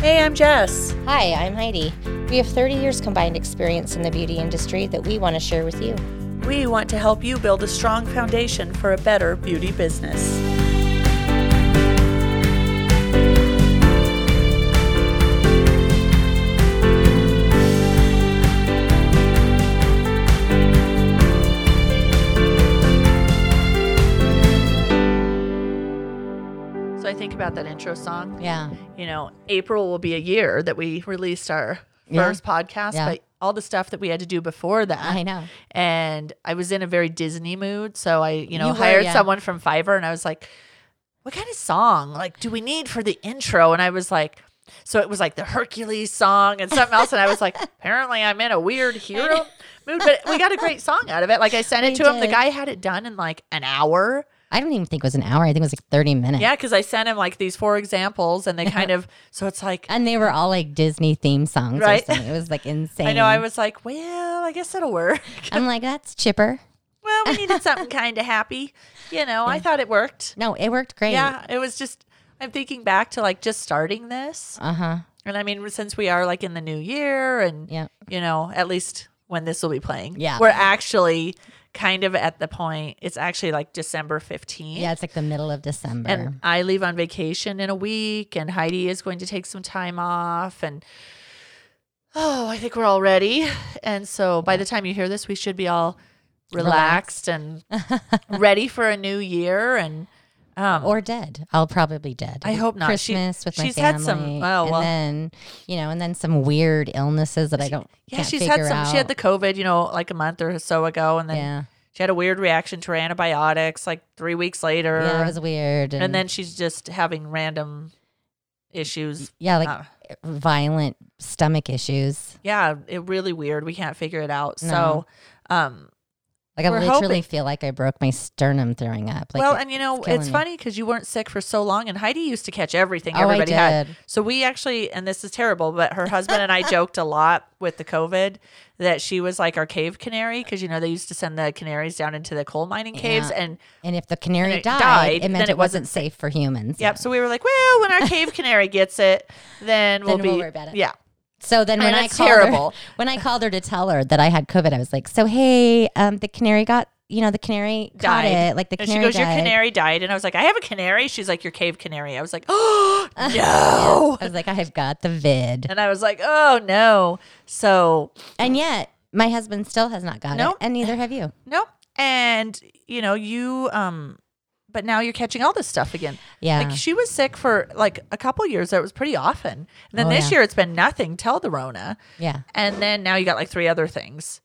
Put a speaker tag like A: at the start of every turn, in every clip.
A: I'm Jess.
B: Hi, I'm Heidi. We have 30 years combined experience in the beauty industry that we want to share with you.
A: We want to help you build a strong foundation for a better beauty business. So I think about that intro song.
B: Yeah.
A: You know, April will be a year that we released our
B: Yeah.
A: first podcast,
B: Yeah.
A: but all the stuff that we had to do before that.
B: I know.
A: And I was in a very Disney mood, so I, you know,
B: You were,
A: hired
B: yeah.
A: someone from Fiverr and I was like, what kind of song like do we need for the intro? And I was like, so it was like the Hercules song and something else. And I was like, apparently I'm in a weird hero mood, but we got a great song out of it. Like I sent it
B: We
A: to him. The
B: did.
A: guy had it done in like an hour.
B: I don't even think it was an hour. I think it was like 30 minutes.
A: Yeah, because I sent him like these four examples, and they kind of so it's like
B: And they were all like Disney theme songs
A: Right.
B: or something. It was like insane.
A: I know I was like, well, I guess it'll work.
B: I'm like, that's chipper.
A: well, we needed something kind of happy, you know. I thought it worked.
B: No, it worked great.
A: Yeah, it was just. I'm thinking back to like just starting this,
B: Uh huh.
A: and I mean, since we are like in the new year, and
B: Yeah.
A: you know, at least when this will be playing,
B: Yeah.
A: we're actually kind of at the point. It's actually like December 15th.
B: Yeah, it's like the middle of December.
A: And I leave on vacation in a week, and Heidi is going to take some time off. And oh, I think we're all ready. And so by the time you hear this, we should be all relaxed, and ready for a new year. And um,
B: or dead. I'll probably be dead.
A: I hope not. She-
B: Christmas with my
A: she's
B: family.
A: had some- oh,
B: and
A: well.
B: then you know, and then some weird illnesses that I don't.
A: yeah,
B: can't
A: she's
B: figure
A: had some.
B: Out.
A: She had the COVID, you know, like a month or so ago, and then
B: yeah,
A: she had a weird reaction to her antibiotics like three weeks later.
B: yeah, it was weird. And,
A: and then she's just having random issues.
B: yeah, like
A: Uh,
B: violent stomach issues.
A: yeah, it really weird. We can't figure it out.
B: No.
A: So, um,
B: Like I
A: We're
B: literally
A: hoping-
B: feel like I broke my sternum throwing up. Like
A: well,
B: it-
A: and you know,
B: killing
A: it's
B: me.
A: funny because you weren't sick for so long, and Heidi used to catch everything
B: oh,
A: everybody
B: I
A: had.
B: did.
A: So we actually, and this is terrible, but her husband and I joked a lot with the COVID that she was like our cave canary because you know they used to send the canaries down into the coal mining caves,
B: Yeah.
A: and
B: And if the canary
A: and it
B: died,
A: died,
B: it meant
A: then
B: it
A: it wasn't
B: wasn't safe for humans.
A: yep. So we were like, well, when our cave canary gets it, then we'll
B: Then
A: be
B: we'll worry about it.
A: yeah.
B: So then when
A: And
B: I
A: it's
B: called her-
A: terrible.
B: when I called her to tell her that I had COVID, I was like, "So hey, um, the canary got." You know, the canary caught
A: Died.
B: it. Like the
A: And she
B: canary
A: goes,
B: died.
A: your canary died, and I was like, I have a canary. She's like, your cave canary. I was like, oh no.
B: I was like, I've got the vid.
A: And I was like, oh no. So,
B: And yet, my husband still has not got
A: Nope.
B: it. And neither have you.
A: nope. And, you know, you, um, but now you're catching all this stuff again.
B: Yeah.
A: Like she was sick for like a couple years. That was pretty often. And then
B: Oh,
A: this
B: yeah.
A: year it's been nothing till the Rona.
B: yeah.
A: And then now you got like three other things.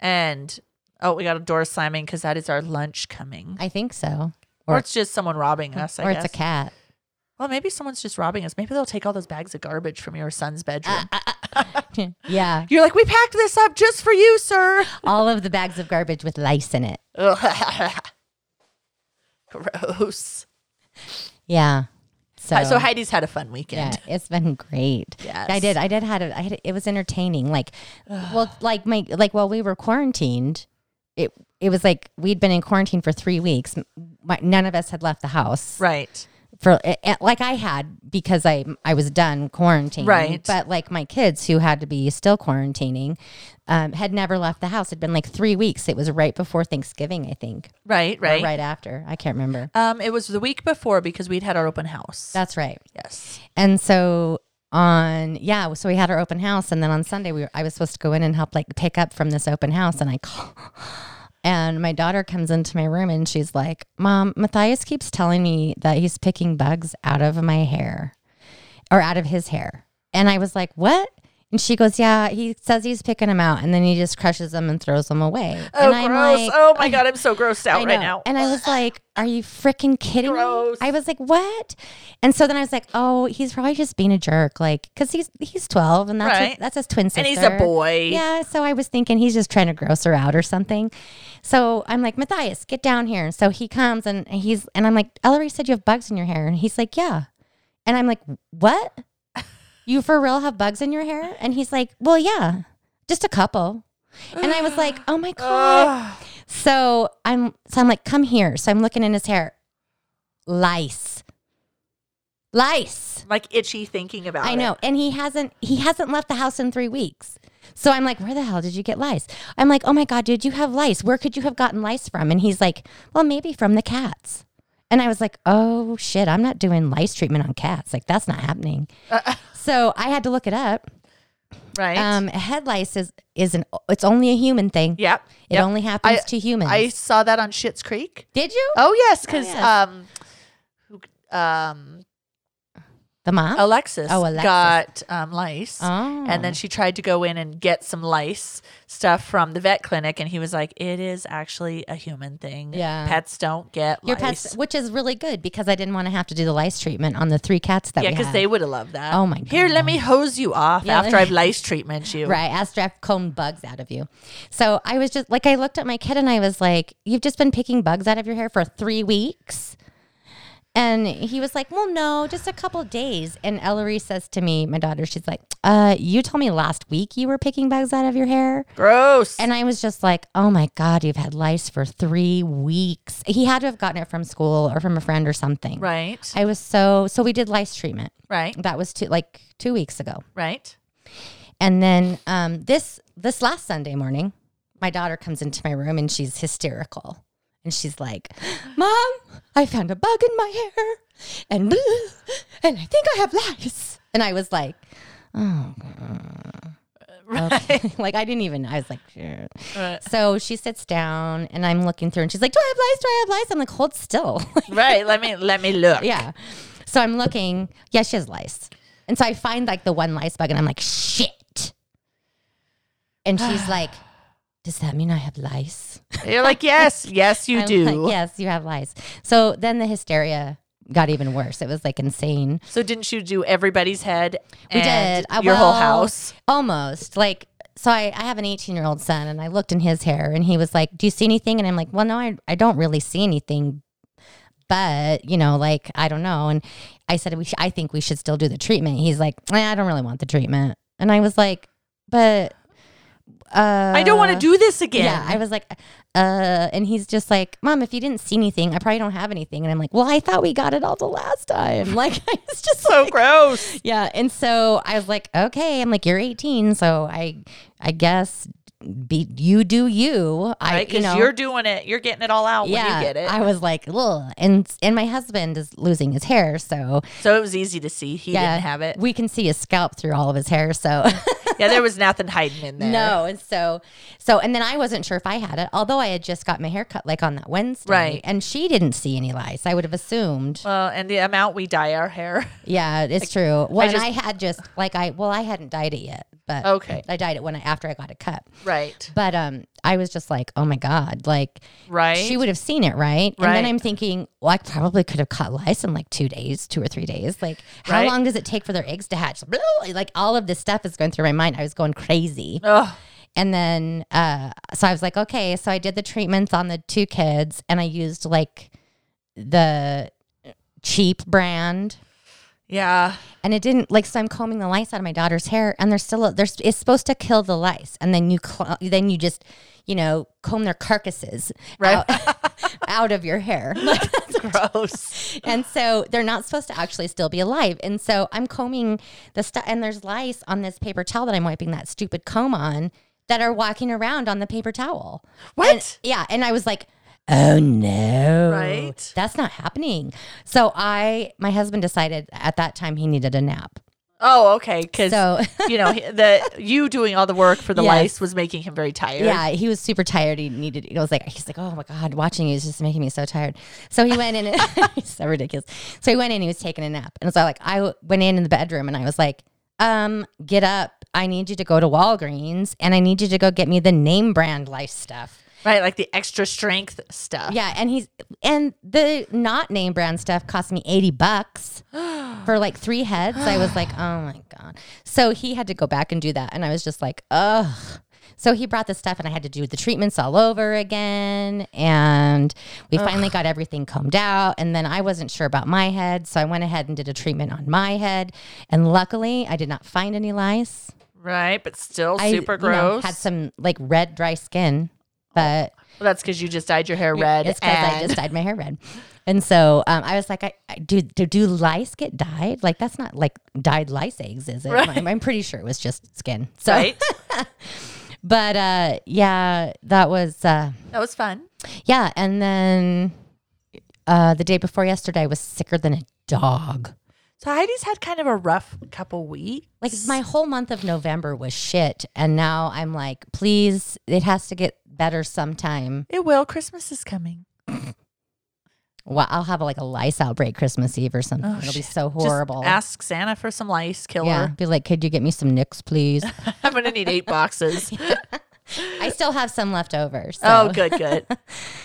A: And, oh, we got a door slamming because that is our lunch coming.
B: I think so.
A: Or,
B: Or-
A: it's just someone robbing us, I
B: or
A: guess.
B: it's a cat.
A: Well, maybe someone's just robbing us. Maybe they'll take all those bags of garbage from your son's bedroom.
B: Uh, yeah.
A: You're like, we packed this up just for you, sir.
B: All of the bags of garbage with lice in it.
A: Ugh. Gross.
B: Yeah. So,
A: Hi- So, Heidi's had a fun
B: yeah,
A: weekend.
B: it's been great.
A: Yes.
B: I did. I did had, a, I had it was entertaining. Like, well, like my like while we were quarantined, it it was like we'd been in quarantine for three weeks. My, none of us had left the house.
A: Right.
B: for eh, eh, like I had because I I was done quarantining.
A: Right.
B: But like my kids who had to be still quarantining, um, had never left the house. It'd been like three weeks. It was right before Thanksgiving, I think,
A: Right.
B: or
A: Right.
B: right after. I can't remember.
A: Um, it was the week before because we'd had our open house.
B: That's right.
A: yes.
B: And so on yeah, so we had our open house, and then on Sunday we were, I was supposed to go in and help like pick up from this open house, and I call. And my daughter comes into my room and she's like, Mom, Matthias keeps telling me that he's picking bugs out of my hair or out of his hair. And I was like, What? And she goes, Yeah, he says he's picking them out and then he just crushes them and throws them away.
A: Oh,
B: and I'm
A: gross.
B: like,
A: oh, my God. I'm so grossed out
B: I
A: right
B: know.
A: now.
B: And I was like, "Are you freaking kidding
A: Gross.
B: me?" I was like, "What?" And so then I was like, "Oh, he's probably just being a jerk, like, cause he's he's twelve, and that's his-
A: Right.
B: that's his twin sister,
A: And he's a boy.
B: Yeah." So I was thinking he's just trying to gross her out or something. So I'm like, "Matthias, get down here." And so he comes and and he's and I'm like, "Ellery said you have bugs in your hair," and he's like, "Yeah," and I'm like, "What? You for real have bugs in your hair?" And he's like, "Well, yeah, just a couple." And I was like, "Oh my god."
A: Ugh.
B: So I'm so I'm like, come here. So I'm looking in his hair. Lice. lice.
A: like itchy thinking about
B: I
A: it.
B: know. And he hasn't he hasn't left the house in three weeks. So I'm like, where the hell did you get lice? I'm like, oh my God, did you have lice? Where could you have gotten lice from? And he's like, well, maybe from the cats. And I was like, oh shit, I'm not doing lice treatment on cats. Like, that's not happening. so I had to look it up.
A: Uh-uh. Right.
B: Um, head lice is, is an, it's only a human thing.
A: yep.
B: It
A: yep.
B: only happens
A: I-
B: to humans.
A: I saw that on Shits Creek.
B: Did you?
A: Oh yes, because
B: yes.
A: um, who- um,
B: The mom?
A: Alexis,
B: Oh, Alexis.
A: got um, lice,
B: Oh.
A: and then she tried to go in and get some lice stuff from the vet clinic, and he was like, "It is actually a human thing.
B: Yeah.
A: pets don't get
B: your
A: lice.
B: pets, which is really good because I didn't want to have to do the lice treatment on the three cats that
A: yeah,
B: we
A: because
B: had.
A: they would have loved that.
B: Oh, my
A: Here, let me hose you off
B: Yeah,
A: after
B: let
A: I've lice treatment you.
B: Right. After I've combed bugs out of you. So I was just like, I looked at my kid and I was like, You've just been picking bugs out of your hair for three weeks. And he was like, Well, no, just a couple days. And Ellery says to me, my daughter, she's like, uh, You told me last week you were picking bugs out of your hair.
A: Gross.
B: And I was just like, Oh my God, you've had lice for three weeks. He had to have gotten it from school or from a friend or something.
A: right.
B: I was so, so we did lice treatment.
A: right.
B: That was two, like two weeks ago.
A: Right.
B: And then um, this this last Sunday morning, my daughter comes into my room and she's hysterical. And she's like, Mom, I found a bug in my hair. And, and I think I have lice. And I was like,
A: Right.
B: like I didn't even. I was like, "Shit."
A: Right.
B: so she sits down, and I'm looking through, and she's like, "Do I have lice? Do I have lice?" I'm like, "Hold still."
A: right. Let me let me look.
B: yeah. So I'm looking. Yeah, she has lice, and so I find like the one lice bug, and I'm like, "Shit!" And she's like, "Does that mean I have lice?"
A: You're like, yes, yes, you
B: I'm
A: do.
B: like, yes, you have lice. So then the hysteria got even worse. It was like insane.
A: So didn't you do everybody's head?
B: We
A: and
B: did. I-
A: your whole
B: well,
A: house.
B: Almost. Like, so I, I have an 18 year old son and I looked in his hair and he was like, Do you see anything? And I'm like, Well, no, I, I don't really see anything. But, you know, like, I don't know. And I said, we sh- I think we should still do the treatment. He's like, "Eh, I don't really want the treatment. And I was like, But. Uh,
A: I don't want to do this again.
B: yeah, I was like, uh, and he's just like, Mom, if you didn't see anything, I probably don't have anything. And I'm like, Well, I thought we got it all the last time. Like, I was just
A: so gross.
B: yeah, and so I was like, okay, I'm like, you're 18, so I, I guess, be you do you. I,
A: Right?
B: you
A: Because
B: know,
A: you are doing it. You're getting it all out
B: yeah.
A: when you get it.
B: I was like, Ugh. and and my husband is losing his hair, so
A: so it was easy to see. He
B: yeah,
A: didn't have it.
B: We can see his scalp through all of his hair, so
A: Yeah, there was nothing hiding in there.
B: no, and so so and then I wasn't sure if I had it, although I had just got my hair cut like on that Wednesday,
A: Right.
B: And she didn't see any lice. I would have assumed.
A: Well, and the amount we dye our hair.
B: Yeah, it's true. Well, I,
A: just-
B: I had just like I well, I hadn't dyed it yet, but
A: Okay.
B: I dyed it when I after I got it cut.
A: Right.
B: But um, I was just like, oh my god, like
A: Right.
B: she would have seen it, right? And
A: Right.
B: then I'm thinking, well, I probably could have caught lice in like two days, two or three days. Like, how
A: Right.
B: long does it take for their eggs to hatch? Blah, Like all of this stuff is going through my mind. I was going crazy,
A: Ugh.
B: and then uh, so I was like, okay, so I did the treatments on the two kids, and I used like the cheap brand.
A: Yeah.
B: And it didn't like so. I'm combing the lice out of my daughter's hair, and they're still there's it's supposed to kill the lice, and then you cl- then you just you know comb their carcasses
A: Right.
B: out, out of your hair,
A: gross.
B: and so they're not supposed to actually still be alive. And so I'm combing the stuff, and there's lice on this paper towel that I'm wiping that stupid comb on that are walking around on the paper towel.
A: What?
B: And- yeah, and I was like. Oh no.
A: Right.
B: That's not happening. So I my husband decided at that time he needed a nap.
A: Oh, okay. Because
B: So
A: you know he- the you doing all the work for the
B: Yes.
A: lice was making him very tired.
B: yeah, he was super tired. He needed. It was like he's like, oh my god, watching you is just making me so tired. So he went in. And, he's so ridiculous. So he went in. He was taking a nap, and so like I went in in the bedroom, and I was like, um, get up. I need you to go to Walgreens, and I need you to go get me the name brand life stuff.
A: Right. Like the extra strength stuff.
B: Yeah, and he's and the not name brand stuff cost me eighty bucks for like three heads. I was like, oh my god. So he had to go back and do that, and I was just like, ugh. So he brought the stuff, and I had to do the treatments all over again, and we finally got everything combed out. And then I wasn't sure about my head, so I went ahead and did a treatment on my head, and luckily I did not find any lice.
A: Right. But still
B: I
A: super
B: you know,
A: gross.
B: had some like red dry skin. but
A: Well, that's because you just dyed your hair red.
B: it's because I
A: and-
B: just dyed my hair red. And so um, I was like, I, I, do, do do lice get dyed? Like that's not like dyed lice eggs, is it?
A: Right.
B: I'm, I'm pretty sure it was just skin. So,
A: right.
B: but uh, yeah, that was uh,
A: that was fun.
B: yeah. And then uh, the day before yesterday, I was sicker than a dog.
A: So Heidi's had kind of a rough couple weeks.
B: Like my whole month of November was shit, and now I'm like, please, it has to get better sometime.
A: It will. Christmas is coming.
B: Well, I'll have like a lice outbreak Christmas Eve or something.
A: Oh,
B: It'll be
A: shit.
B: so horrible.
A: Just ask Santa for some lice
B: yeah,
A: killer.
B: be like, could you get me some Nix, please?
A: I'm gonna need eight boxes.
B: I still have some left over. So.
A: Oh, good, Oh. good.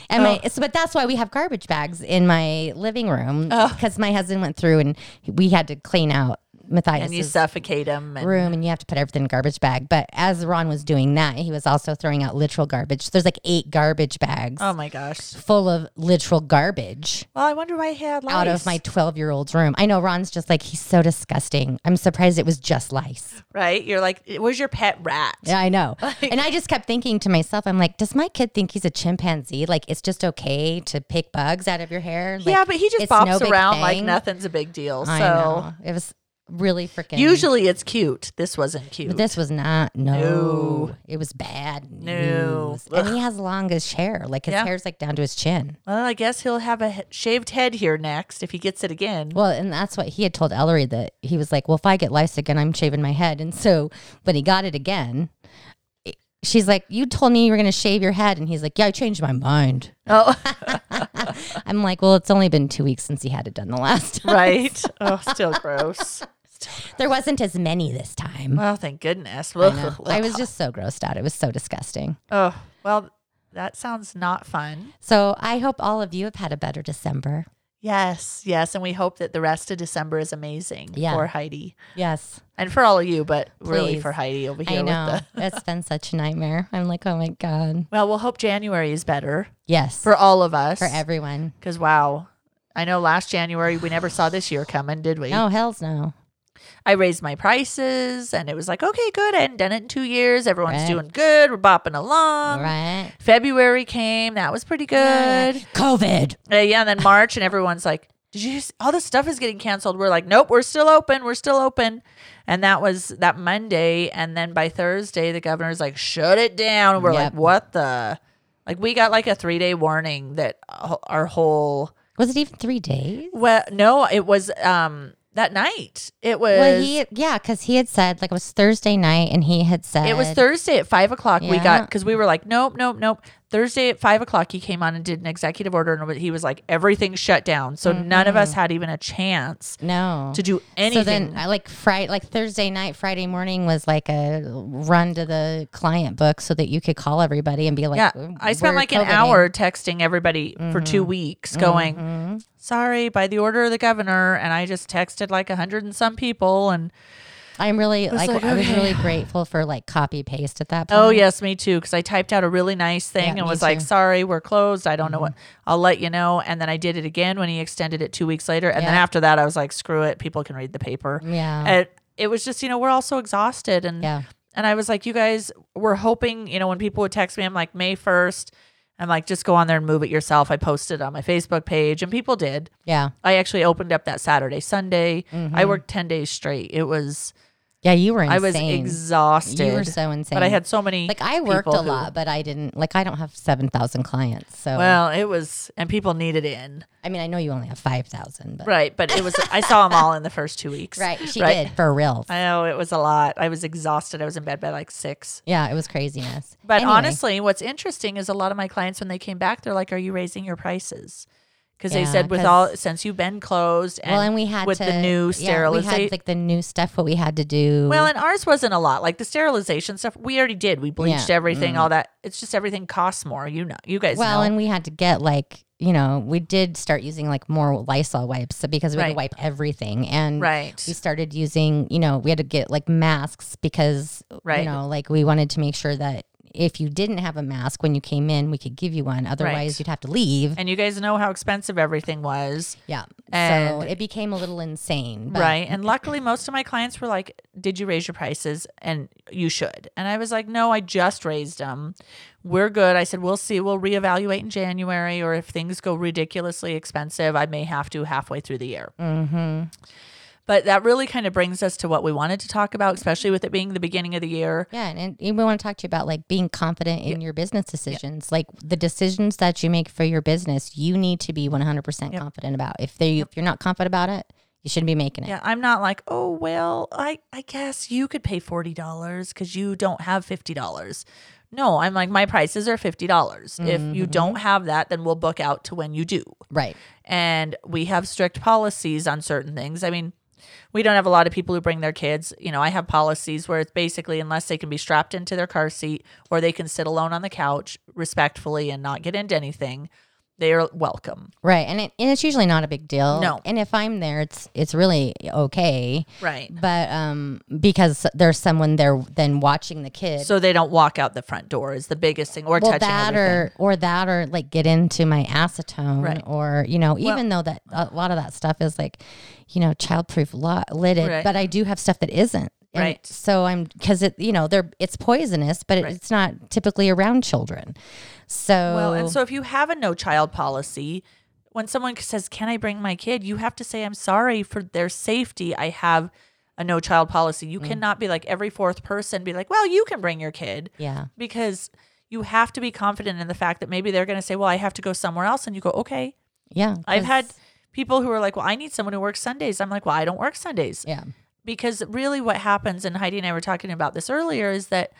B: And my, so, but that's why we have garbage bags in my living room
A: Oh.
B: because my husband went through and we had to clean out Matthias'
A: and you suffocate him. And,
B: room, and you have to put everything in a garbage bag. But as Ron was doing that, he was also throwing out literal garbage. There's like eight garbage bags
A: oh my gosh.
B: full of literal garbage.
A: Well, I wonder why he had lice.
B: Out of my 12 year old's room. I know Ron's just like, he's so disgusting. I'm surprised it was just lice.
A: right. You're like, where's your pet rat?
B: Yeah, I know. and I just kept thinking to myself, I'm like, does my kid think he's a chimpanzee? Like, it's just okay to pick bugs out of your hair? Like,
A: yeah, but he just
B: it's no
A: bops
B: big
A: around like
B: thing.
A: nothing's a big deal.
B: I
A: so
B: know. it was really freaking.
A: usually it's cute. This wasn't cute.
B: But this was not. No,
A: No.
B: it was bad.
A: No.
B: news. and he has longish hair. Like his
A: Yeah.
B: hair's like down to his chin.
A: well, I guess he'll have a he- shaved head here next if he gets it again.
B: Well, and that's what he had told Ellery that he was like, "Well, if I get lice again, I'm shaving my head." And so when he got it again, it- she's like, "You told me you were going to shave your head," and he's like, "Yeah, I changed my mind."
A: Oh,
B: I'm like, well, it's only been two weeks since he had it done the last time.
A: right. Oh, still gross.
B: There wasn't as many this time.
A: Oh, thank goodness.
B: I, know. I was just so grossed out. It was so disgusting.
A: Oh, well, that sounds not fun.
B: So I hope all of you have had a better December.
A: Yes, yes. And we hope that the rest of December is amazing
B: Yeah.
A: for Heidi
B: Yes,
A: and for all of you, but really
B: Please.
A: for Heidi over here.
B: I know.
A: With the,
B: it's been such a nightmare. I'm like, oh my God.
A: well, we'll hope January is better
B: Yes, for,
A: for all of us.
B: everyone.
A: Because, wow, I know last January we never saw this year coming, did we?
B: No, hell's no.
A: I raised my prices and it was like, okay, good. I hadn't done it in two years. Everyone's
B: Right.
A: doing good. We're bopping along.
B: right?
A: February came. That was pretty good.
B: COVID.
A: Uh, yeah, and then March, and everyone's like, "Did you? s- All this stuff is getting canceled." We're like, "Nope, we're still open. We're still open." And that was that Monday, and then by Thursday, the governor's like, "Shut it down." And we're like,
B: Yep.
A: "What the?" Like we got like a three day warning that uh, ho- our whole
B: Was it even three days?
A: well, no, it was um that night. It was.
B: Well, he, yeah, because he had said, like, it was Thursday night and he had said,
A: it was Thursday at five o'clock. We
B: Yeah.
A: got because we were like, nope, nope, nope. Thursday at five o'clock, he came on and did an executive order, and he was like, everything's shut down. So none of us had even a chance
B: No.
A: to do
B: Mm-hmm. So
A: anything.
B: then, I like Friday, like Thursday night, Friday morning was like a run to the client book so that you could call everybody and be like,
A: yeah,
B: "We're-
A: I spent
B: we're Mm-hmm.
A: like an
B: COVIDing."
A: hour texting everybody for two weeks, going,
B: Mm-hmm.
A: "Sorry, by the order of the governor," and I just texted like a hundred and some people, and
B: I'm really like,
A: like,
B: I was
A: okay.
B: really grateful for like copy paste at that point.
A: oh yes, me too, because I typed out a really nice thing
B: Yeah,
A: and
B: me
A: was like,
B: too. Mm-hmm.
A: "Sorry, we're closed. I don't know what. I'll let you know." And then I did it again when he extended it two weeks later, and then
B: Yeah.
A: after that, I was like, "Screw it, people can read the paper."
B: Yeah.
A: And it was just, you know, we're all so exhausted, and
B: yeah.
A: And I was like, you guys were hoping, you know, when people would text me, I'm like, May 1st. I'm like, just go on there and move it yourself. I posted on my Facebook page and people did.
B: Yeah.
A: I actually opened up that Saturday, Sunday.
B: Mm-hmm.
A: I worked 10 days straight. It was,
B: Yeah. You were insane.
A: I was exhausted.
B: You were so insane.
A: But I had so many.
B: like, I worked a
A: people who-
B: lot, but I didn't, like, I don't have 7,000 clients. So,
A: Well, it was, and people needed in.
B: I mean, I know you only have 5,000, but
A: Right. But it was, I saw them all in the first two weeks.
B: right. She
A: Right.
B: did for real.
A: I know it was a lot. I was exhausted. I was in bed by like six.
B: yeah. It was craziness.
A: But
B: Anyway,
A: honestly, what's interesting is a lot of my clients when they came back, they're like, "Are you raising your prices?" Because they
B: Yeah,
A: said with
B: 'cause-
A: all since you've been closed and,
B: well, and we had
A: with
B: to,
A: the new
B: yeah, we
A: sterilization.
B: had like the new stuff, what we had to do.
A: well, and ours wasn't a lot. Like the sterilization stuff, we already did. We bleached
B: Yeah.
A: everything, all that. It's just everything costs more. You know, you guys
B: Well,
A: know.
B: and we had to get like, you know, we did start using like more Lysol wipes so- because we had
A: Right.
B: to wipe everything. And
A: right,
B: we started using, you know, we had to get like masks because,
A: Right.
B: you know, like we wanted to make sure that if you didn't have a mask when you came in, we could give you one. Otherwise,
A: Right.
B: you'd have to leave.
A: And you guys know how expensive everything was.
B: yeah.
A: and-
B: so it became a little insane. but-
A: Right. And luckily, most of my clients were like, Did you raise your prices? And you should. And I was like, No, I just raised them. We're good. I said, We'll see. We'll reevaluate in January. Or if things go ridiculously expensive, I may have to halfway through the year. But that really kind of brings us to what we wanted to talk about, especially with it being the beginning of the year.
B: Yeah, and, and we want to talk to you about like being confident in your business decisions. Like the decisions that you make for your business, you need to be 100% confident about. If they if you're not confident about it, you shouldn't be making it.
A: Yeah, I'm not like, oh well, I I guess you could pay forty dollars because you don't have fifty dollars. No, I'm like my prices are fifty dollars. If
B: Mm-hmm.
A: you don't have that, then we'll book out to when you do.
B: Right.
A: And we have strict policies on certain things. I mean, we don't have a lot of people who bring their kids. You know, I have policies where it's basically unless they can be strapped into their car seat or they can sit alone on the couch respectfully and not get into anything, they are welcome.
B: Right. And it, and it's usually not a big deal.
A: No.
B: And if I'm there, it's it's really okay.
A: Right.
B: But um because there's someone there then watching the kid.
A: So they don't walk out the front door is the biggest thing or
B: well,
A: touching
B: that
A: everything.
B: or or that or like get into my acetone
A: Right.
B: or you know even though that a lot of that stuff is like you know childproof lo- lidded
A: Right.
B: but I do have stuff that isn't And
A: Right.
B: so I'm because it you know they're it's poisonous but it,
A: Right.
B: it's not typically around children so
A: Well, and so if you have a no child policy, when someone says, "Can I bring my kid?" you have to say, "I'm sorry for their safety. I have a no child policy." You cannot be like every fourth person be like, "Well, you can bring your kid."
B: yeah
A: Because you have to be confident in the fact that maybe they're going to say, "Well, I have to go somewhere else." And you go, "Okay."
B: yeah
A: I've
B: 'cause-
A: had people who are like, "Well, I need someone who works Sundays." I'm like, "Well, I don't work Sundays."
B: yeah
A: because really what happens and Heidi and I were talking about this earlier is that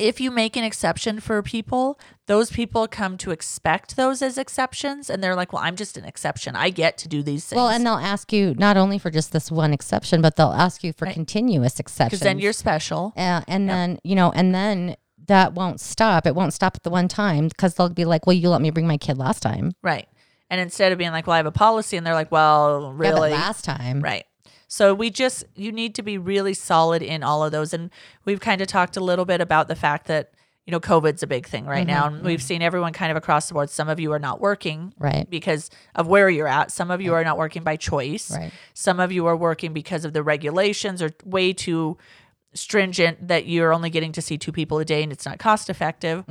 A: if you make an exception for people, those people come to expect those as exceptions and they're like, "Well, I'm just an exception. I get to do these things."
B: well and they'll ask you not only for just this one exception but they'll ask you for continuous
A: cuz
B: exceptions
A: then you're special.
B: Uh, and then, you know, and then that won't stop. It won't stop at the one time because they'll be like, well, you let me bring my kid last time.
A: Right. And instead of being like, "Well, I have a policy." And they're like, "Well,
B: Yeah, but
A: really?"
B: last time.
A: Right. So we just you need to be really solid in all of those and we've kind of talked a little bit about the fact that you know COVID's a big thing right now
B: Mm-hmm.
A: and we've seen everyone kind of across the board some of you are not working
B: Right.
A: because of where you're at. Some of you are not working by choice.
B: Right.
A: Some of you are working because of the regulations are way too stringent that you're only getting to see two people a day and it's not cost effective.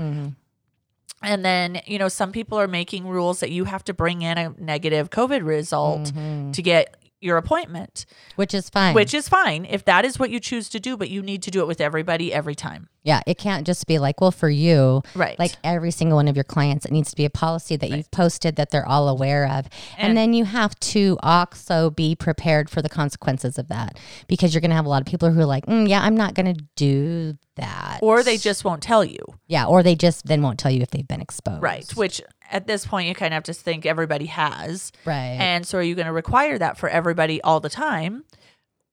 A: And then, you know, some people are making rules that you have to bring in a negative COVID result to get your appointment,
B: Which is fine.
A: which is fine if that is what you choose to do, but you need to do it with everybody every time.
B: yeah, it can't just be like, well, for you,
A: Right.
B: like every single one of your clients, it needs to be a policy that you've posted that they're all aware of. And,
A: And-
B: then you have to also be prepared for the consequences of that because you're going to have a lot of people who are like, mm, yeah, I'm not going to do that.
A: Or they just won't tell you.
B: yeah, or they just then won't tell you if they've been exposed.
A: Right. Which at this point, you kind of have to think everybody has.
B: Right.
A: And so, are you going to require that for everybody all the time?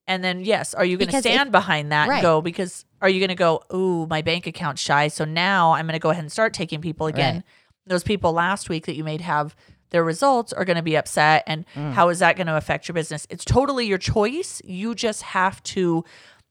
A: And then, yes, are you going to
B: Because if-
A: stand behind that
B: Right.
A: and go, because are you going to go, ooh, my bank account's shy. So now I'm going to go ahead and start taking people again.
B: Right.
A: Those people last week that you made have their results are going to be upset. And
B: Mm.
A: how is that going to affect your business? It's totally your choice. You just have to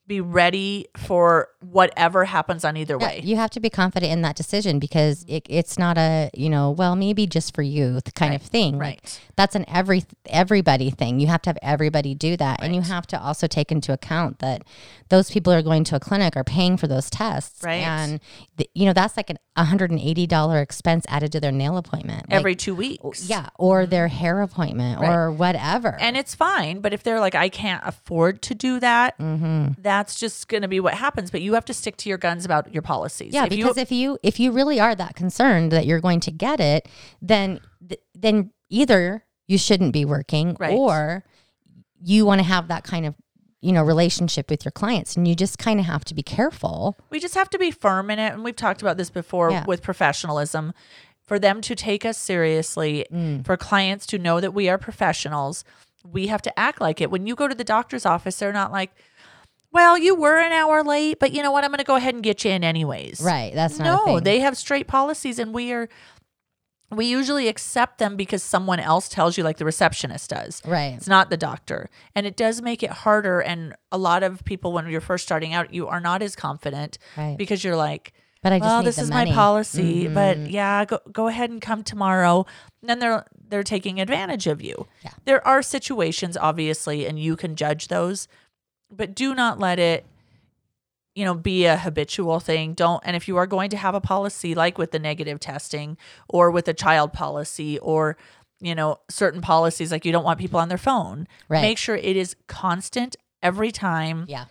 A: be ready for whatever happens on either
B: Yeah,
A: way.
B: You have to be confident in that decision because
A: Mm-hmm.
B: it, it's not a you know well maybe just for you th- kind of thing. Like,
A: Right.
B: that's an every everybody thing. You have to have everybody do that, and you have to also take into account that those people who are going to a clinic are paying for those tests,
A: Right.
B: And th- you know that's like an one hundred and eighty dollar expense added to their nail appointment Like,
A: Every Mm-hmm. two weeks.
B: yeah, or their hair appointment or whatever.
A: and it's fine but if they're like i can't afford to do that
B: Mm-hmm.
A: that's just going to be what happens but you have to stick to your guns about your policies
B: Yeah,
A: If you-
B: because if you if you really are that concerned that you're going to get it, then th- then either you shouldn't be working
A: Right.
B: or you want to have that kind of you know relationship with your clients and you just kind of have to be careful.
A: we just have to be firm in it and we've talked about this before
B: Yeah.
A: with professionalism for them to take us seriously
B: Mm.
A: for clients to know that we are professionals we have to act like it when you go to the doctor's office they're not like well you were an hour late but you know what i'm going to go ahead and get you in anyways
B: Right, that's not a
A: No,
B: thing.
A: they have straight policies, and we are. We usually accept them because someone else tells you, like the receptionist does.
B: Right.
A: It's not the doctor. And it does make it harder. And a lot of people, when you're first starting out, you are not as confident
B: Right.
A: because you're like,
B: But I just
A: well,
B: need
A: this
B: the
A: is
B: money.
A: my policy, but
B: Mhm.
A: yeah, go go ahead and come tomorrow. And then they're they're taking advantage of you.
B: Yeah.
A: There are situations obviously and you can judge those, but do not let it you know be a habitual thing. Don't and if you are going to have a policy like with the negative testing or with a child policy or you know certain policies like you don't want people on their phone,
B: right?
A: make sure it is constant every time.
B: yeah.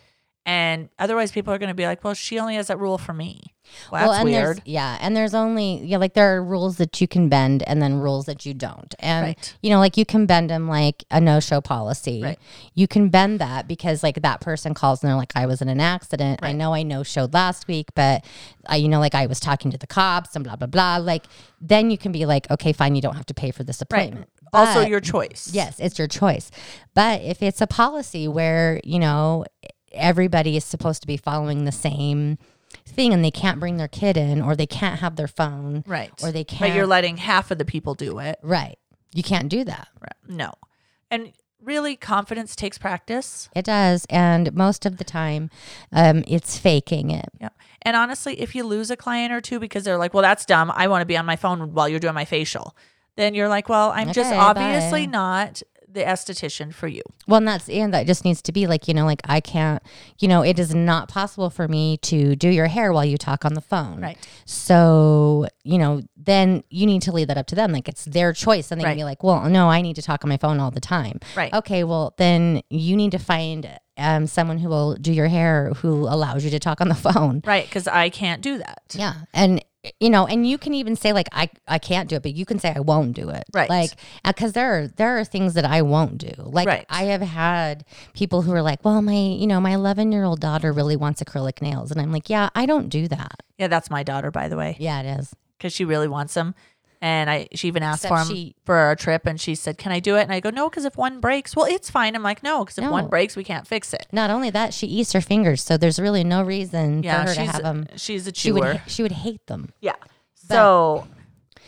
A: And otherwise, people are going to be like, well, she only has that rule for me. Well, that's
B: and
A: weird.
B: There's, yeah, and there's only yeah, like there are rules that you can bend, and then rules that you don't. And
A: Right.
B: you know, like you can bend them, like a no-show policy.
A: Right.
B: You can bend that because like that person calls and they're like, "I was in an accident. I
A: Right.
B: know I no-showed last week, but I, you know, like I was talking to the cops and blah blah blah." Like then you can be like, "Okay, fine, you don't have to pay for this appointment."
A: also
B: But-
A: your choice.
B: Yes, it's your choice. But if it's a policy where, you know, everybody is supposed to be following the same thing and they can't bring their kid in or they can't have their phone
A: Right.
B: or they
A: but
B: can't
A: you're letting half of the people do it.
B: Right. You can't do that.
A: Right. No. And really, confidence takes practice.
B: It does and most of the time um it's faking it.
A: Yeah. And honestly, if you lose a client or two because they're like, well, that's dumb. I want to be on my phone while you're doing my facial. Then you're like, well, I'm just
B: Okay,
A: obviously
B: bye.
A: not the esthetician for you.
B: Well, and that's and that just needs to be like, you know, like I can't, you know, it is not possible for me to do your hair while you talk on the phone.
A: Right.
B: So, you know, then you need to leave that up to them. Like it's their choice. And they can be
A: Right.
B: like, well, no, I need to talk on my phone all the time.
A: Right.
B: Okay, well, then you need to find um, someone who will do your hair who allows you to talk on the phone.
A: Right. Because I can't do that.
B: Yeah. And you know, and you can even say like I I can't do it, but you can say I won't do it.
A: Right.
B: Like cuz there are there are things that I won't do. Like
A: Right.
B: I have had people who are like, "Well, my, you know, my 11-year-old daughter really wants acrylic nails." And I'm like, "Yeah, I don't do that."
A: Yeah. That's my daughter, by the way.
B: Yeah, it is.
A: because she really wants them. And I, she even asked for
B: Except
A: 'em
B: she-
A: for our trip, and she said, "Can I do it?" And I go, "No, because if one breaks, well, it's fine." I'm like, "No, because if one
B: No.
A: breaks, we can't fix it."
B: Not only that, she eats her fingers, so there's really no reason
A: Yeah,
B: for her to
A: she's
B: have them.
A: she's a
B: She would
A: chewer.
B: ha- she would hate them.
A: yeah, so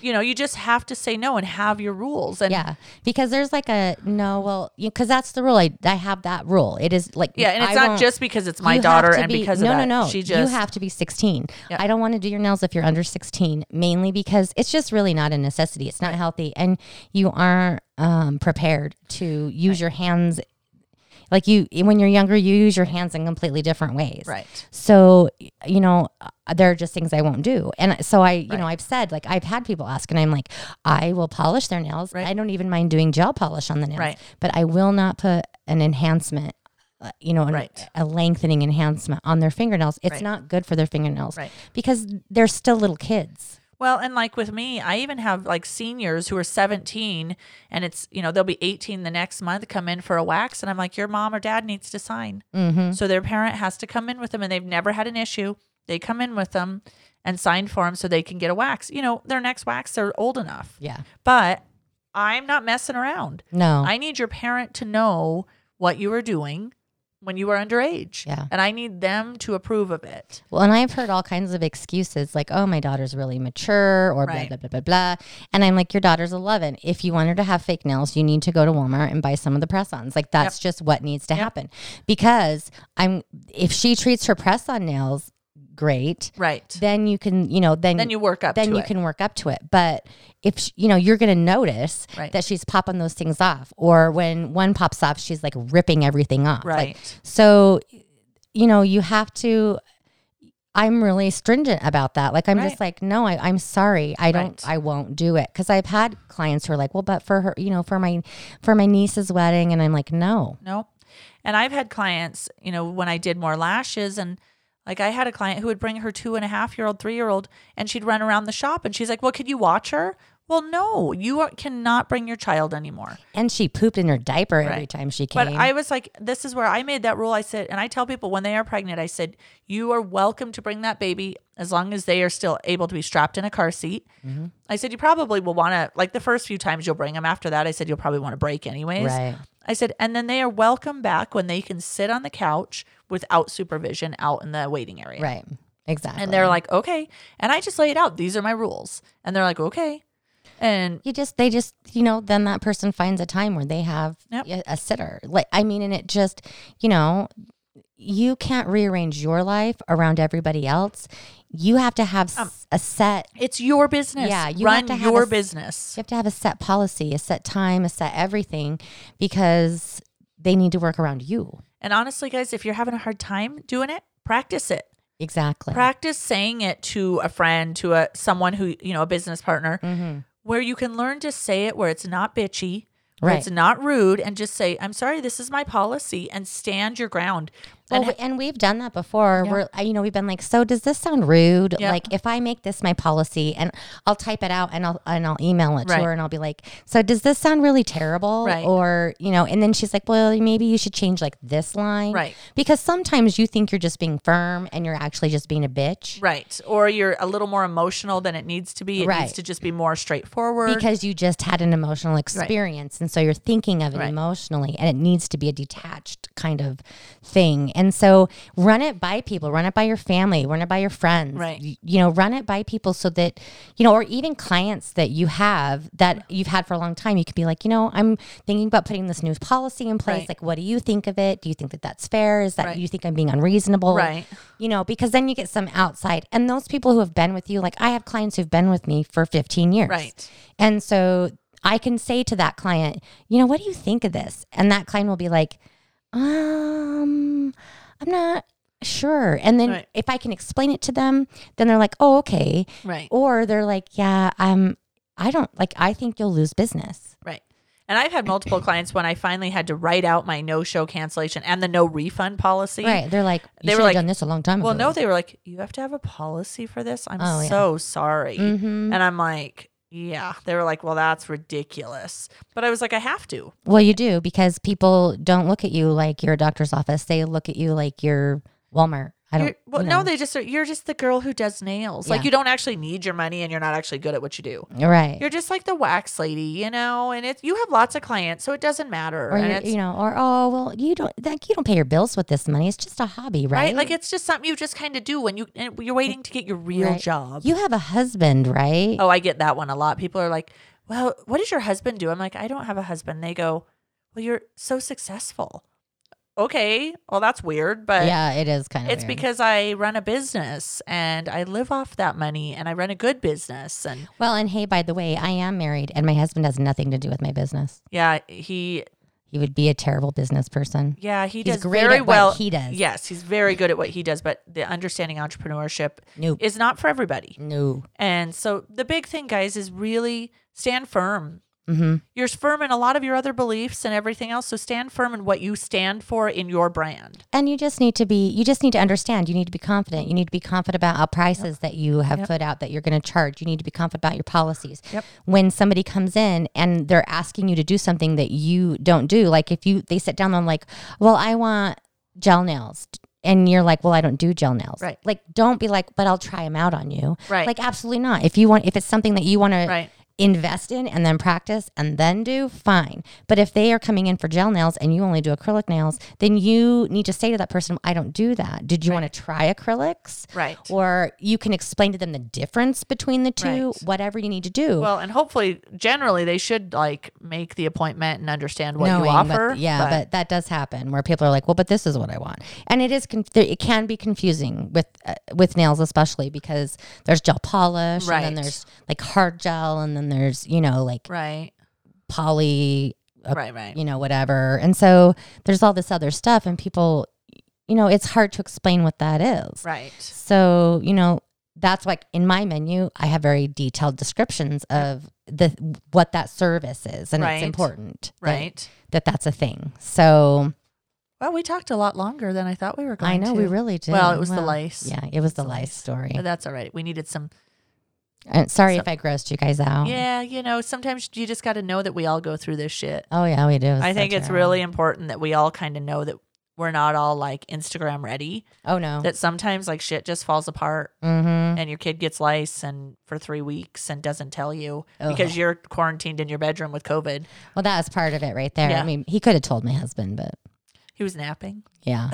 A: you know, you just have to say no and have your rules. And yeah,
B: Yeah, because there's like a no. Well, because that's the rule. I, I have that rule. It is like
A: and it's
B: I
A: not
B: won't-
A: just because it's my
B: you have
A: daughter
B: to
A: and
B: be-
A: because
B: no,
A: of that,
B: no, no,
A: she
B: you
A: just
B: have to be 16.
A: Yeah.
B: I don't want to do your nails if you're under 16, mainly because it's just really not a necessity. It's not healthy, and you aren't um, prepared to use your hands. Like you, when you're younger, you use your hands in completely different ways.
A: right.
B: So, y- you know, uh, there are just things I won't do. And so I, you know, I've said, like, I've had people ask, and I'm like, I will polish their nails.
A: Right.
B: I don't even mind doing gel polish on the nails,
A: Right.
B: but I will not put an enhancement, uh, you know, an-
A: Right.
B: a lengthening enhancement on their fingernails. It's
A: Right.
B: not good for their fingernails
A: Right.
B: because they're still little kids.
A: Well, and like with me, I even have like seniors who are 17 and it's, you know, they'll be 18 the next month, come in for a wax. And I'm like, your mom or dad needs to sign.
B: Mhm.
A: So their parent has to come in with them and they've never had an issue. They come in with them and sign for them so they can get a wax. You know, their next wax, they're old enough.
B: Yeah.
A: But I'm not messing around.
B: No.
A: I need your parent to know what you were doing when you were underage.
B: Yeah.
A: And I need them to approve of it.
B: Well, and I've heard all kinds of excuses like, oh, my daughter's really mature or
A: Right.
B: blah, blah, blah, blah, blah. And I'm like, your daughter's 11. If you want her to have fake nails, you need to go to Walmart and buy some of the press ons. Like, that's just what needs to happen. Because I'm, if she treats her press on nails great,
A: Right.
B: then you can, you know, then,
A: Then you work up
B: then
A: to
B: you
A: it.
B: can work up to it. But if sh you know, you're going to notice
A: Right.
B: that she's popping those things off, or when one pops off, she's like ripping everything off. Like,
A: Right.
B: so, you know, you have to. I'm really stringent about that. Like, I'm just
A: Right.
B: like, no, I, I'm sorry. I don't,
A: Right.
B: I won't do it. Cause I've had clients who are like, well, but for her, you know, for my, for my niece's wedding. And I'm like, no.
A: Nope. And I've had clients, you know, when I did more lashes and like I had a client who would bring her two and a half year old, three year old, and she'd run around the shop and she's like, Well, could you watch her? Well, no, you are, cannot bring your child anymore.
B: And she pooped in her diaper every
A: Right.
B: time she came.
A: But I was like, This is where I made that rule. I said, and I tell people when they are pregnant, I said, You are welcome to bring that baby as long as they are still able to be strapped in a car seat. I said, You probably will want to, like the first few times you'll bring them after that, I said, You'll probably want to break anyways.
B: right.
A: I said, and then they are welcome back when they can sit on the couch without supervision out in the waiting area.
B: Right. Exactly.
A: And they're like, okay. And I just lay it out. These are my rules. And they're like, okay. And
B: you just they just you know then that person finds a time where they have
A: Yep.
B: a, a sitter like i mean and it just you know you can't rearrange your life around everybody else. You have to have s- a set.
A: It's your business.
B: Yeah, you
A: run
B: have to have
A: your
B: a s-
A: business.
B: You have to have a set policy, a set time, a set everything, because they need to work around you.
A: And honestly, guys, if you're having a hard time doing it, practice it.
B: Exactly.
A: Practice saying it to a friend, to a someone who you know, a business partner,
B: Mhm.
A: where you can learn to say it where it's not bitchy. where
B: Right.
A: It's not rude, and just say, "I'm sorry, this is my policy," and stand your ground.
B: Well,
A: And
B: we- and we've done that before.
A: Yeah.
B: We're, I- you know, we've been like, so does this sound rude?
A: Yeah.
B: Like, if I make this my policy, and I'll type it out, and I'll and I'll email it
A: Right.
B: to her, and I'll be like, so does this sound really terrible?
A: Right.
B: Or you know, and then she's like, well, maybe you should change like this line,
A: Right.
B: Because sometimes you think you're just being firm, and you're actually just being a bitch
A: right, or you're a little more emotional than it needs to be. It
B: Right.
A: needs to just be more straightforward.
B: because you just had an emotional experience, and so you're thinking of it
A: Right.
B: emotionally, and it needs to be a detached kind of thing. And so, run it by people, run it by your family, run it by your friends,
A: Right.
B: y- you know, run it by people so that, you know, or even clients that you have that you've had for a long time, you could be like, you know, I'm thinking about putting this new policy in place.
A: Right.
B: Like, what do you think of it? Do you think that that's fair? Is that
A: Right.
B: you think I'm being unreasonable?
A: Right.
B: You know, because then you get some outside and those people who have been with you, like I have clients who've been with me for 15 years.
A: Right.
B: And so I can say to that client, you know, what do you think of this? And that client will be like, um, I'm not sure. And then
A: Right.
B: if I can explain it to them, then they're like, oh, okay.
A: right,
B: Or they're like, yeah, I'm, I don't like, I think you'll lose business.
A: right. And I've had multiple clients when I finally had to write out my no-show cancellation and the no refund policy.
B: Right. They're like, you
A: They were
B: should have
A: like,
B: done this a long time
A: Well,
B: ago.
A: no, they were like, "You have to have a policy for this." I'm
B: Oh, yeah.
A: so sorry,
B: hmm
A: and I'm like, "Yeah." They were like, "Well, that's ridiculous," but I was like, "I have to."
B: Well, you do because people don't look at you like you're a doctor's office. They look at you like you're Walmart. I don't.
A: You're, well,
B: you
A: no, they just are, you're just the girl who does nails.
B: Yeah.
A: Like you don't actually need your money, and you're not actually good at what you do.
B: they. Right.
A: You're just like the wax lady, you know. And it's you have lots of clients, so it doesn't matter.
B: or
A: and
B: you
A: it's,
B: you know, or oh well, you don't like you don't pay your bills with this money. It's just a hobby, right?
A: right? Like it's just something you just kind of do when you and you're waiting to get your real
B: Right.
A: job.
B: you have a husband, right?
A: Oh, I get that one a lot. People are like, "Well, what does your husband do?" I'm like, "I don't have a husband." They go, "Well, you're so successful." Okay, well that's weird, but
B: yeah, it is kind of.
A: it's because I run a business and I live off that money and I run a good business and
B: well, and hey, by the way, I am married, and my husband has nothing to do with my business.
A: yeah, he
B: He would be a terrible business person.
A: yeah, he
B: He's
A: does
B: great
A: very
B: at what
A: well.
B: he does.
A: Yes, he's very good at what he does, but the understanding entrepreneurship
B: Nope.
A: is not for everybody.
B: No.
A: And so the big thing guys is really stand firm
B: Mm-hmm.
A: you're firm in a lot of your other beliefs and everything else. So stand firm in what you stand for in your brand.
B: And you just need to be, you just need to understand. You need to be confident. You need to be confident about our prices that you have put out that you're going to charge. You need to be confident about your policies.
A: Yep.
B: When somebody comes in and they're asking you to do something that you don't do, like if you, they sit down and like, well, I want gel nails. And you're like, well, I don't do gel nails.
A: Right.
B: Like, don't be like, but I'll try them out on you.
A: Right.
B: Like, absolutely not. If you want, if it's something that you want to
A: Right.
B: invest in and then practice and then do fine but if they are coming in for gel nails and you only do acrylic nails then you need to say to that person i don't do that did you want to try acrylics
A: Right.
B: or you can explain to them the difference between the two
A: Right.
B: whatever you need to do
A: Well, and hopefully, generally, they should like make the appointment and understand what you
B: knowing, but-
A: offer.
B: yeah but, that does happen where people are like well but this is what i want and it is conf- it can be confusing with uh, with nails especially because there's gel polish and then
A: Right.
B: there's like hard gel and then there's you know like
A: right,
B: poly
A: right, right.
B: you know, whatever. And so there's all this other stuff, and people, you know, it's hard to explain what that is.
A: Right.
B: So, you know, that's like in my menu, I have very detailed descriptions of the what that service is, and
A: Right.
B: it's important, that-
A: Right.
B: that, that's a thing. So
A: Well, we talked a lot longer than I thought we were going
B: I know we
A: to.
B: really did.
A: Well, it was the lice.
B: Yeah, it was the
A: the
B: lice
A: lice.
B: story.
A: But that's all right. We needed some.
B: Uh, sorry
A: So-
B: if I grossed you guys out.
A: Yeah, you know, sometimes you just got to know that we all go through this shit.
B: Oh yeah, we do. It was
A: I
B: so
A: think it's
B: terrible.
A: really important that we all kind of know that we're not all like Instagram ready.
B: Oh no.
A: That sometimes like shit just falls apart.
B: mm-hmm.
A: and your kid gets lice and for three weeks and doesn't tell you
B: Ugh.
A: because you're quarantined in your bedroom with COVID.
B: Well, that was part of it right there.
A: Yeah.
B: I mean, he could have told my husband, but
A: He was napping.
B: Yeah.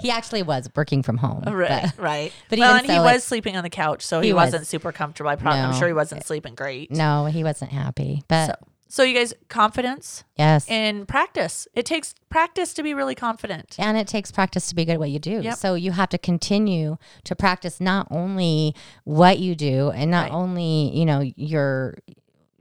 B: he actually was working from home.
A: Right,
B: but-
A: right.
B: but
A: well,
B: even
A: and he
B: so,
A: was
B: like-
A: sleeping on the couch, so
B: He
A: he,
B: was.
A: wasn't super comfortable. I probably,
B: No.
A: I'm sure he wasn't sleeping great.
B: no, he wasn't happy. But
A: So- So you guys, confidence
B: Yes.
A: and practice. It takes practice to be really confident.
B: And it takes practice to be good at what you do.
A: Yep.
B: So you have to continue to practice not only what you do and not
A: Right.
B: only, you know, your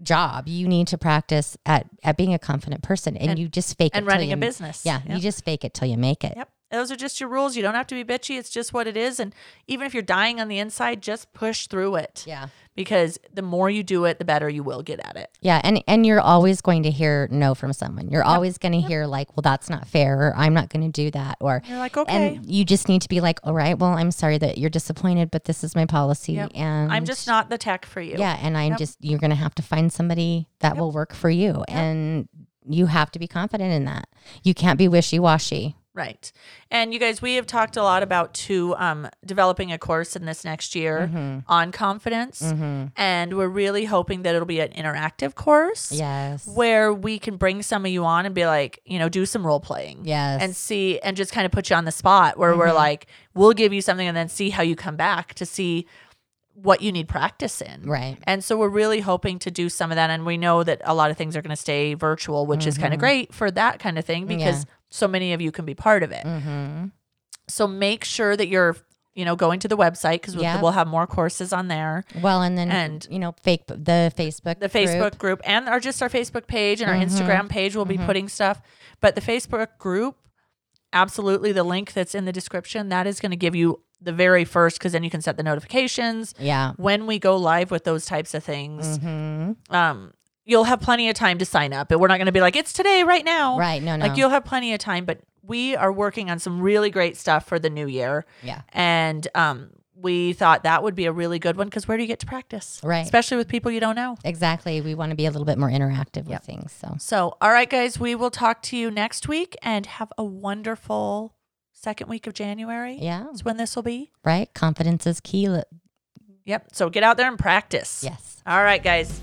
B: job. You need to practice at, at being a confident person and,
A: And-
B: you just fake
A: And
B: it till
A: running
B: you-
A: a business.
B: Yeah,
A: Yep.
B: you just fake it till you make it.
A: Yep. Those are just your rules. You don't have to be bitchy. It's just what it is. And even if you're dying on the inside, just push through it.
B: Yeah.
A: Because the more you do it, the better you will get at it.
B: Yeah, and and you're always going to hear no from someone. You're always going to hear like, well, that's not fair, or I'm not going to do that, or
A: You're like, okay,
B: and you just need to be like, all right, well, I'm sorry that you're disappointed, but this is my policy,
A: Yep.
B: and
A: I'm just not the tech for you.
B: yeah, and I'm
A: Yep.
B: just you're going to have to find somebody that will work for you, and you have to be confident in that. You can't be wishy washy.
A: Right. And you guys, we have talked a lot about too um, developing a course in this next year
B: Mm-hmm.
A: on confidence. And we're really hoping that it'll be an interactive course
B: Yes.
A: where we can bring some of you on and be like, you know, do some role playing.
B: Yes. Mm-hmm.
A: And see, and just kind of put you on the spot where we're like, we'll give you something and then see how you come back to see what you need practice in.
B: right.
A: And so we're really hoping to do some of that. And we know that a lot of things are going to stay virtual, which is
B: Mm-hmm.
A: kind of great for that kind of thing because so many of you can be part of it.
B: Mm-hmm.
A: So make sure that you're, you know, going to the website because
B: Yeah.
A: we'll have more courses on there.
B: Well, and then
A: And-
B: you know, fake the Facebook,
A: The
B: group.
A: Facebook group and our just our Facebook page and our
B: Mm-hmm.
A: Instagram page will be putting stuff. But the Facebook group, absolutely the link that's in the description, that is going to give you the very first because then you can set the notifications
B: Yeah.
A: when we go live with those types of things.
B: hmm
A: Um, you'll have plenty of time to sign up. And we're not going to be like, it's today right now.
B: Right. No. No.
A: Like you'll have plenty of time, but we are working on some really great stuff for the new year.
B: yeah.
A: and um, we thought that would be a really good one because where do you get to practice?
B: Right.
A: Especially with people you don't know.
B: Exactly. We want to be a little bit more interactive with things. So,
A: So, all right, guys, we will talk to you next week and have a wonderful second week of January.
B: yeah,
A: That's when this will be.
B: right? Confidence is key. Li-
A: Yep. So get out there and practice.
B: Yes.
A: All right, guys.